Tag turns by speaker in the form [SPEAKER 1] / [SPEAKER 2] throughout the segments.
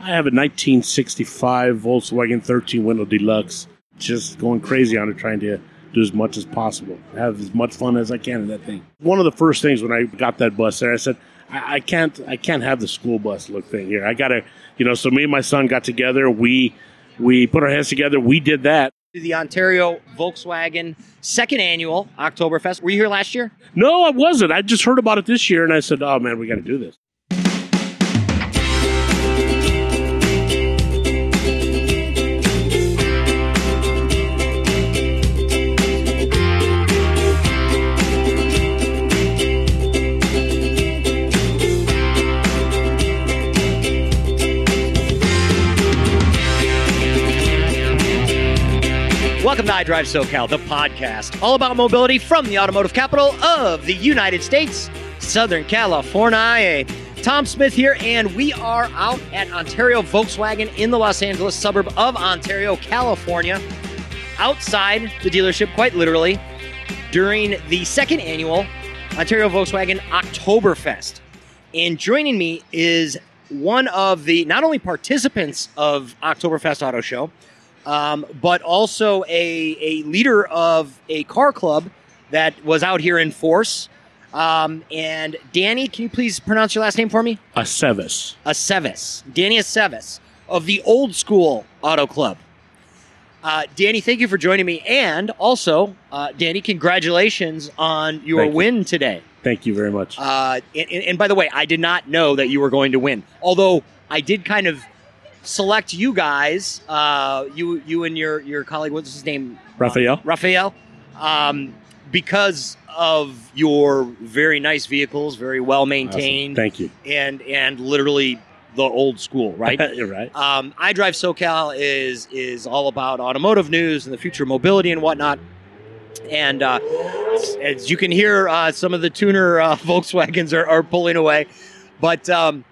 [SPEAKER 1] I have a 1965 Volkswagen 13 window deluxe, just going crazy on it, trying to do as much as possible, have as much fun as I can in that thing. One of the first things when I got that bus there, I said, I, I can't, I can't have the school bus look thing here. I gotta, you know. So me and my son got together. We, we put our heads together. We did that.
[SPEAKER 2] The Ontario Volkswagen second annual Oktoberfest. Were you here last year?
[SPEAKER 1] No, I wasn't. I just heard about it this year, and I said, "Oh man, we got to do this."
[SPEAKER 2] Welcome to iDrive SoCal, the podcast all about mobility from the automotive capital of the United States, Southern California. Tom Smith here, and we are out at Ontario Volkswagen in the Los Angeles suburb of Ontario, California, outside the dealership, quite literally, during the second annual Ontario Volkswagen Oktoberfest. And joining me is one of the not only participants of Oktoberfest Auto Show, um, but also a, a leader of a car club that was out here in force. Um, and Danny, can you please pronounce your last name for me?
[SPEAKER 1] A Sevis.
[SPEAKER 2] Aceves. Danny Aceves of the Old School Auto Club. Uh, Danny, thank you for joining me. And also, uh, Danny, congratulations on your
[SPEAKER 1] Thank you.
[SPEAKER 2] win today.
[SPEAKER 1] Thank you very much.
[SPEAKER 2] Uh, and, and, and by the way, I did not know that you were going to win. Although I did kind of select you guys, uh, you you and your your colleague, what's his name,
[SPEAKER 1] Raphael.
[SPEAKER 2] Raphael, um, because of your very nice vehicles, very well maintained,
[SPEAKER 1] Awesome. Thank you.
[SPEAKER 2] and and literally the old school, right?
[SPEAKER 1] You're right.
[SPEAKER 2] um, I Drive SoCal is is all about automotive news and the future of mobility and whatnot. And uh, s- as you can hear, uh, some of the tuner uh, Volkswagens are, are pulling away. But um,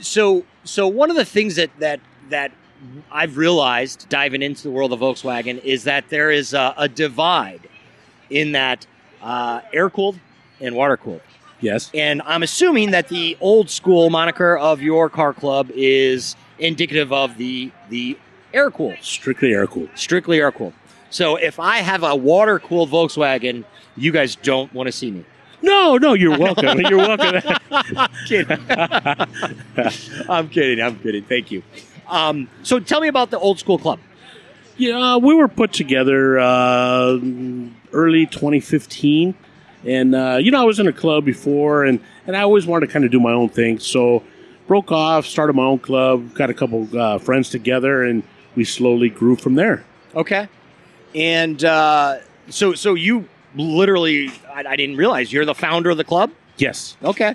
[SPEAKER 2] so so one of the things that that that I've realized diving into the world of Volkswagen is that there is a, a divide in that uh, air cooled and water cooled.
[SPEAKER 1] Yes.
[SPEAKER 2] And I'm assuming that the old school moniker of your car club is indicative of the the air cool,
[SPEAKER 1] Strictly air cooled.
[SPEAKER 2] strictly air cool. So if I have a water cooled Volkswagen, you guys don't want to see me.
[SPEAKER 1] No, no, you're welcome. you're welcome.
[SPEAKER 2] I'm kidding. I'm kidding. I'm kidding. Thank you. Um, so tell me about the old school club.
[SPEAKER 1] Yeah, uh, we were put together uh, early 2015, and uh, you know I was in a club before, and and I always wanted to kind of do my own thing. So broke off, started my own club, got a couple uh, friends together, and we slowly grew from there.
[SPEAKER 2] Okay. And uh, so so you literally, I, I didn't realize you're the founder of the club.
[SPEAKER 1] Yes,
[SPEAKER 2] Okay.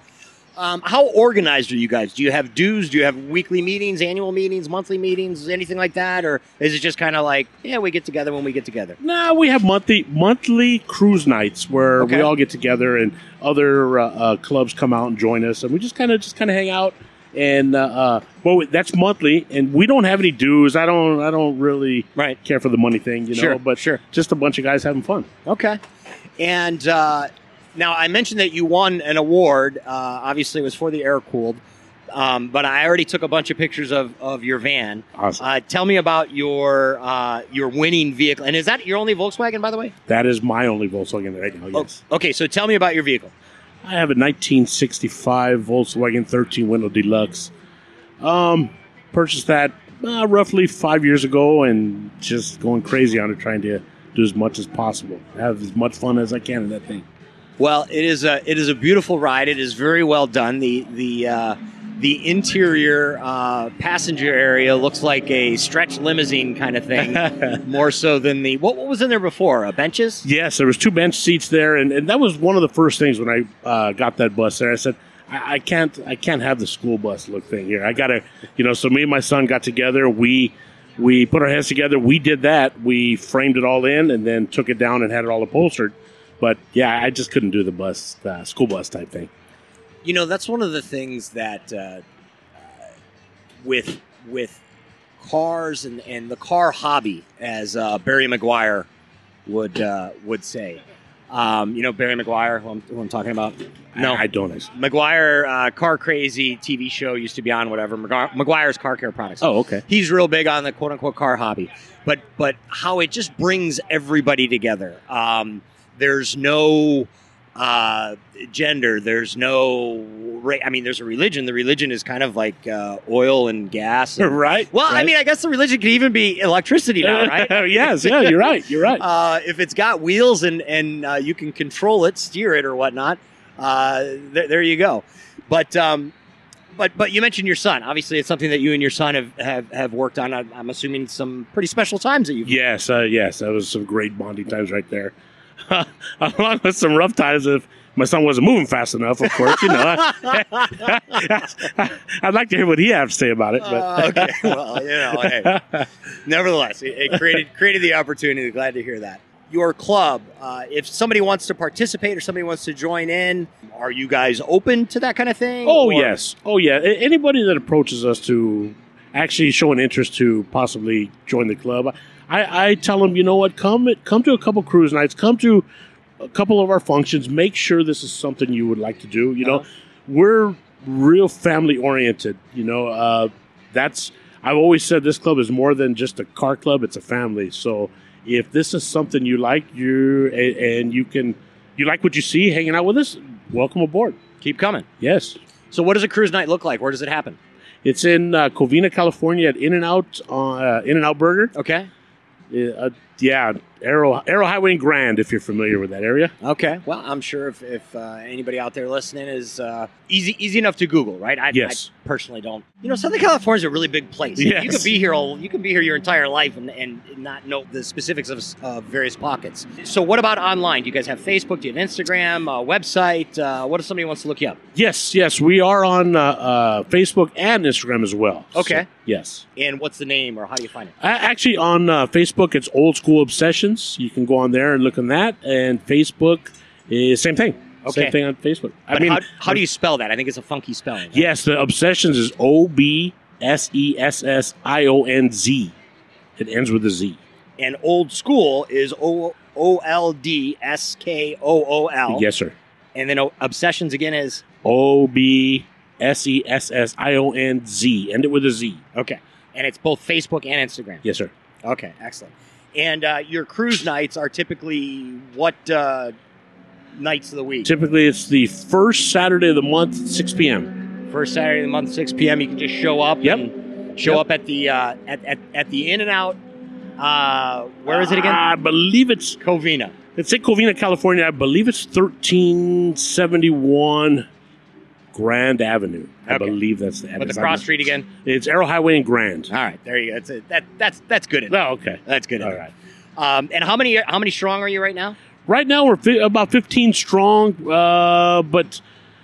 [SPEAKER 2] Um, how organized are you guys? Do you have dues? Do you have weekly meetings, annual meetings, monthly meetings, anything like that? Or is it just kind of like, yeah, we get together when we get together?
[SPEAKER 1] No, we have monthly monthly cruise nights where
[SPEAKER 2] Okay.
[SPEAKER 1] we all get together and other uh, uh, clubs come out and join us, and we just kind of just kind of hang out. And uh, uh, well, that's monthly, and we don't have any dues. I don't I don't really
[SPEAKER 2] Right.
[SPEAKER 1] care for the money thing, you know.
[SPEAKER 2] Sure,
[SPEAKER 1] but
[SPEAKER 2] sure.
[SPEAKER 1] just a bunch of guys having fun.
[SPEAKER 2] Okay. And uh, now I mentioned that you won an award. Uh, obviously, it was for the air cooled. Um, but I already took a bunch of pictures of, of your van.
[SPEAKER 1] Awesome.
[SPEAKER 2] Uh, tell me about your uh, your winning vehicle. And is that your only Volkswagen, by the way?
[SPEAKER 1] That is my only Volkswagen right now.
[SPEAKER 2] Oh,
[SPEAKER 1] Yes,
[SPEAKER 2] okay, so tell me about your vehicle.
[SPEAKER 1] I have a 1965 Volkswagen 13 window deluxe. Um, purchased that uh, roughly five years ago, and just going crazy on it, trying to do as much as possible, have as much fun as I can in that thing.
[SPEAKER 2] Well, it is a it is a beautiful ride. It is very well done. The the uh, the interior uh, passenger area looks like a stretch limousine kind of thing, more so than the what, what was in there before uh, benches.
[SPEAKER 1] Yes, there was two bench seats there, and, and that was one of the first things when I uh, got that bus there. I said, I, I can't, I can't have the school bus look thing here. I gotta, you know. So me and my son got together. We we put our heads together. We did that. We framed it all in, and then took it down and had it all upholstered. But yeah, I just couldn't do the bus, uh, school bus type thing.
[SPEAKER 2] You know, that's one of the things that uh, uh, with with cars and, and the car hobby, as uh, Barry McGuire would uh, would say, Um, you know Barry McGuire, who I'm, who I'm talking about. No,
[SPEAKER 1] I, I don't. actually.
[SPEAKER 2] McGuire uh, Car Crazy TV show used to be on whatever McGuire, McGuire's car care products.
[SPEAKER 1] Oh, okay.
[SPEAKER 2] He's real big on the quote unquote car hobby, but but how it just brings everybody together. Um, there's no uh, gender. There's no. Ra- I mean, there's a religion. The religion is kind of like uh, oil and gas. and-
[SPEAKER 1] right.
[SPEAKER 2] well, I
[SPEAKER 1] right.
[SPEAKER 2] mean, I guess the religion could even be electricity now, right?
[SPEAKER 1] yes. Yeah. You're right. You're right.
[SPEAKER 2] Uh, if it's got wheels and and uh, you can control it, steer it, or whatnot, uh, th- there you go. But um, but but you mentioned your son. Obviously, it's something that you and your son have have, have worked on. I'm I'm assuming some pretty special times that you've.
[SPEAKER 1] Yes, uh, yes, that was some great bonding times right there. Along with some rough times, if my son wasn't moving fast enough, of course, you know. I'd like to hear what he has to say about it,
[SPEAKER 2] Uh,
[SPEAKER 1] but
[SPEAKER 2] okay. Well, you know, hey. Nevertheless, it, it created created the opportunity. Glad to hear that. Your club, uh, if somebody wants to participate or somebody wants to join in, are you guys open to that kind of thing?
[SPEAKER 1] oh
[SPEAKER 2] Or-
[SPEAKER 1] yes, oh yeah. A- Anybody that approaches us to actually show an interest to possibly join the club, I, I tell them, you know what, come come to a couple cruise nights, come to a couple of our functions. Make sure this is something you would like to do. You know,
[SPEAKER 2] Uh-huh.
[SPEAKER 1] we're real family oriented. You know, uh, that's I've always said this club is more than just a car club; it's a family. So if this is something you like, you and, and you can you like what you see, hanging out with us, welcome aboard.
[SPEAKER 2] keep coming.
[SPEAKER 1] Yes,
[SPEAKER 2] So, what does a cruise night look like? Where does it happen?
[SPEAKER 1] it's in uh, Covina, California, at In and Out uh, In and Out Burger.
[SPEAKER 2] Okay.
[SPEAKER 1] Uh, yeah, Arrow Arrow Highway and Grand, if you're familiar with that area.
[SPEAKER 2] Okay. Well, I'm sure if, if uh, anybody out there listening is uh, easy easy enough to Google, right? I,
[SPEAKER 1] Yes.
[SPEAKER 2] I personally don't. You know, Southern California is a really big place. You
[SPEAKER 1] Yes.
[SPEAKER 2] could be here all you can be here your entire life and, and not know the specifics of s- of various pockets. So, what about online? Do you guys have Facebook? Do you have Instagram? Uh, website? Uh, what if somebody wants to look you up?
[SPEAKER 1] Yes, yes, we are on uh, uh, Facebook and Instagram as well.
[SPEAKER 2] Okay.
[SPEAKER 1] So, yes.
[SPEAKER 2] And what's the name or how do you find it?
[SPEAKER 1] A- Actually, on uh, Facebook, it's Old School Obsessions. You can go on there and look on that. And Facebook is same thing.
[SPEAKER 2] Okay.
[SPEAKER 1] Same thing on Facebook. I
[SPEAKER 2] But
[SPEAKER 1] mean,
[SPEAKER 2] how, how do you spell that? I think it's a funky spelling. right?
[SPEAKER 1] yes, the Obsessions is O B S E S S I O N Z. It ends with a Z.
[SPEAKER 2] And old school is O O L D S K O O L.
[SPEAKER 1] Yes, sir.
[SPEAKER 2] And then o- obsessions again is
[SPEAKER 1] O B S E S S I O N Z. End it with a Z.
[SPEAKER 2] Okay. And it's both Facebook and Instagram.
[SPEAKER 1] Yes, sir.
[SPEAKER 2] Okay, excellent. And uh, your cruise nights are typically what uh, nights of the week?
[SPEAKER 1] Typically, it's the first Saturday of the month, 6 p.m.
[SPEAKER 2] First Saturday of the month, 6 p.m. You can just show up.
[SPEAKER 1] Yep.
[SPEAKER 2] and show
[SPEAKER 1] Yep.
[SPEAKER 2] up at the uh, at, at, at the In and Out. Uh, where is it again?
[SPEAKER 1] I believe it's
[SPEAKER 2] Covina.
[SPEAKER 1] It's in Covina, California. I believe it's 1371 Grand Avenue. I
[SPEAKER 2] Okay.
[SPEAKER 1] believe that's the
[SPEAKER 2] But
[SPEAKER 1] address.
[SPEAKER 2] the cross street again.
[SPEAKER 1] It's Arrow Highway and Grand.
[SPEAKER 2] All right, there you go. That's it. That that's that's good. Enough.
[SPEAKER 1] Oh, okay.
[SPEAKER 2] That's good.
[SPEAKER 1] All
[SPEAKER 2] Enough.
[SPEAKER 1] right.
[SPEAKER 2] Um, and how many how many strong are you right now?
[SPEAKER 1] Right now, we're fi- about 15 strong, uh, but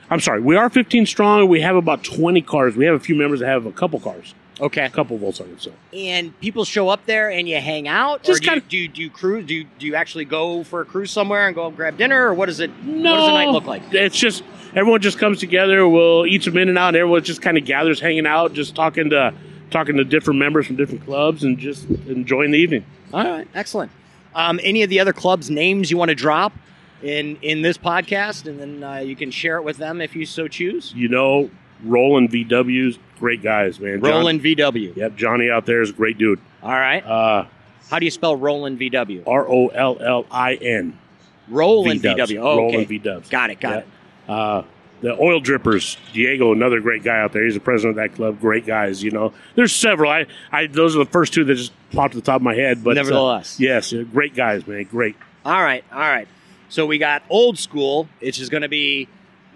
[SPEAKER 1] I'm sorry, we are 15 strong. We have about 20 cars. We have a few members that have a couple cars,
[SPEAKER 2] Okay.
[SPEAKER 1] a couple Volkswagen. So
[SPEAKER 2] and people show up there and you hang out
[SPEAKER 1] Just
[SPEAKER 2] or do, you,
[SPEAKER 1] kinda-
[SPEAKER 2] do, you, do you cruise do you, do you actually go for a cruise somewhere and go grab dinner or what is it
[SPEAKER 1] no,
[SPEAKER 2] what does the night look like
[SPEAKER 1] It's just everyone just comes together. We'll eat some in and out, and everyone just kind of gathers, hanging out, just talking to talking to different members from different clubs, and just enjoying the evening.
[SPEAKER 2] all right excellent um, any of the other clubs names you want to drop in in this podcast and then uh, you can share it with them if you so choose
[SPEAKER 1] you know, Roland VW's great guys, man. John-
[SPEAKER 2] roland vw
[SPEAKER 1] Yep, Johnny out there is a great dude.
[SPEAKER 2] all right
[SPEAKER 1] Uh,
[SPEAKER 2] how do you spell roland vw
[SPEAKER 1] R O L L I N.
[SPEAKER 2] roland
[SPEAKER 1] V-dubs.
[SPEAKER 2] vw oh, okay
[SPEAKER 1] Roland V Dubs.
[SPEAKER 2] got it got
[SPEAKER 1] Yeah.
[SPEAKER 2] it
[SPEAKER 1] Uh, the Oil Drippers, Diego, another great guy out there. He's the president of that club. Great guys, you know. There's several. I, I those are the first two that just popped to the top of my head. But uh,
[SPEAKER 2] nevertheless
[SPEAKER 1] yes, uh, great guys, man. Great.
[SPEAKER 2] All right, all right. So we got old school, which is going to be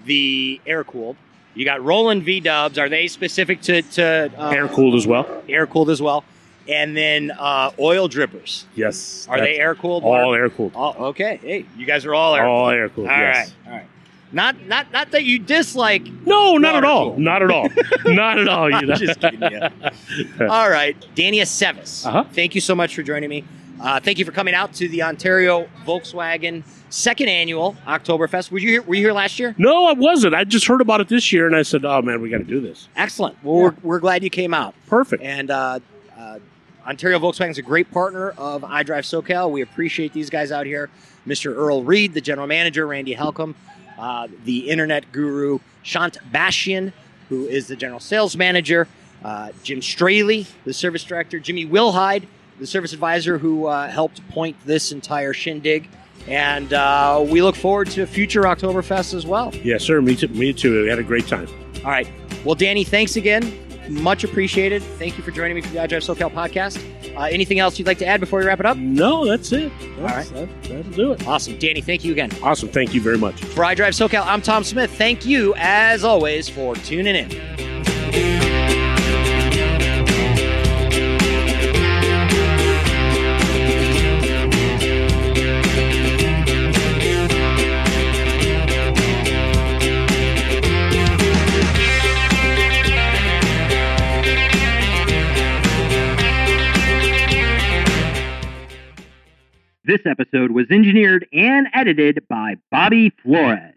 [SPEAKER 2] the air cooled. You got Roland V Dubs. Are they specific to, to uh,
[SPEAKER 1] Air cooled as well.
[SPEAKER 2] air cooled as well? And then uh, oil drippers.
[SPEAKER 1] Yes.
[SPEAKER 2] Are they
[SPEAKER 1] That's
[SPEAKER 2] air cooled?
[SPEAKER 1] all air cooled?
[SPEAKER 2] Oh, okay. Hey, you guys are all air.
[SPEAKER 1] All air
[SPEAKER 2] All
[SPEAKER 1] cooled.
[SPEAKER 2] right,
[SPEAKER 1] yes.
[SPEAKER 2] all right. Not not not that you dislike.
[SPEAKER 1] No, not at
[SPEAKER 2] Water
[SPEAKER 1] all.
[SPEAKER 2] cooled.
[SPEAKER 1] Not at all. not at all. You know.
[SPEAKER 2] Just kidding. Yeah. all right, Danny Aceves.
[SPEAKER 1] Uh-huh.
[SPEAKER 2] Thank you so much for joining me. Uh, thank you for coming out to the Ontario Volkswagen second annual Oktoberfest. Were you here? Were you here last year?
[SPEAKER 1] No, I wasn't. I just heard about it this year, and I said, "Oh man, we got to do this."
[SPEAKER 2] Excellent. Well, we're, we're glad you came out.
[SPEAKER 1] Perfect.
[SPEAKER 2] And uh, uh, Ontario Volkswagen's a great partner of iDrive SoCal. We appreciate these guys out here. Mr. Earl Reed, the general manager, Randy Halcom, uh, the internet guru, Shant Bashian, who is the general sales manager, uh, Jim Straley, the service director, Jimmy Wilhide, the service advisor who uh, helped point this entire shindig. And uh, we look forward to future Oktoberfest as well.
[SPEAKER 1] Yeah, sir. Me too. Me too. We had a great time.
[SPEAKER 2] All right. Well, Danny, thanks again. Much appreciated. Thank you for joining me for the iDrive SoCal podcast. Uh, anything else you'd like to add before we wrap it up?
[SPEAKER 1] No, that's it.
[SPEAKER 2] All right.
[SPEAKER 1] That's- that, that'll do it.
[SPEAKER 2] Awesome. Danny, thank you again.
[SPEAKER 1] Awesome. Thank you very much.
[SPEAKER 2] For iDrive SoCal, I'm Tom Smith. Thank you, as always, for tuning in.
[SPEAKER 3] This episode was engineered and edited by Bobby Flores.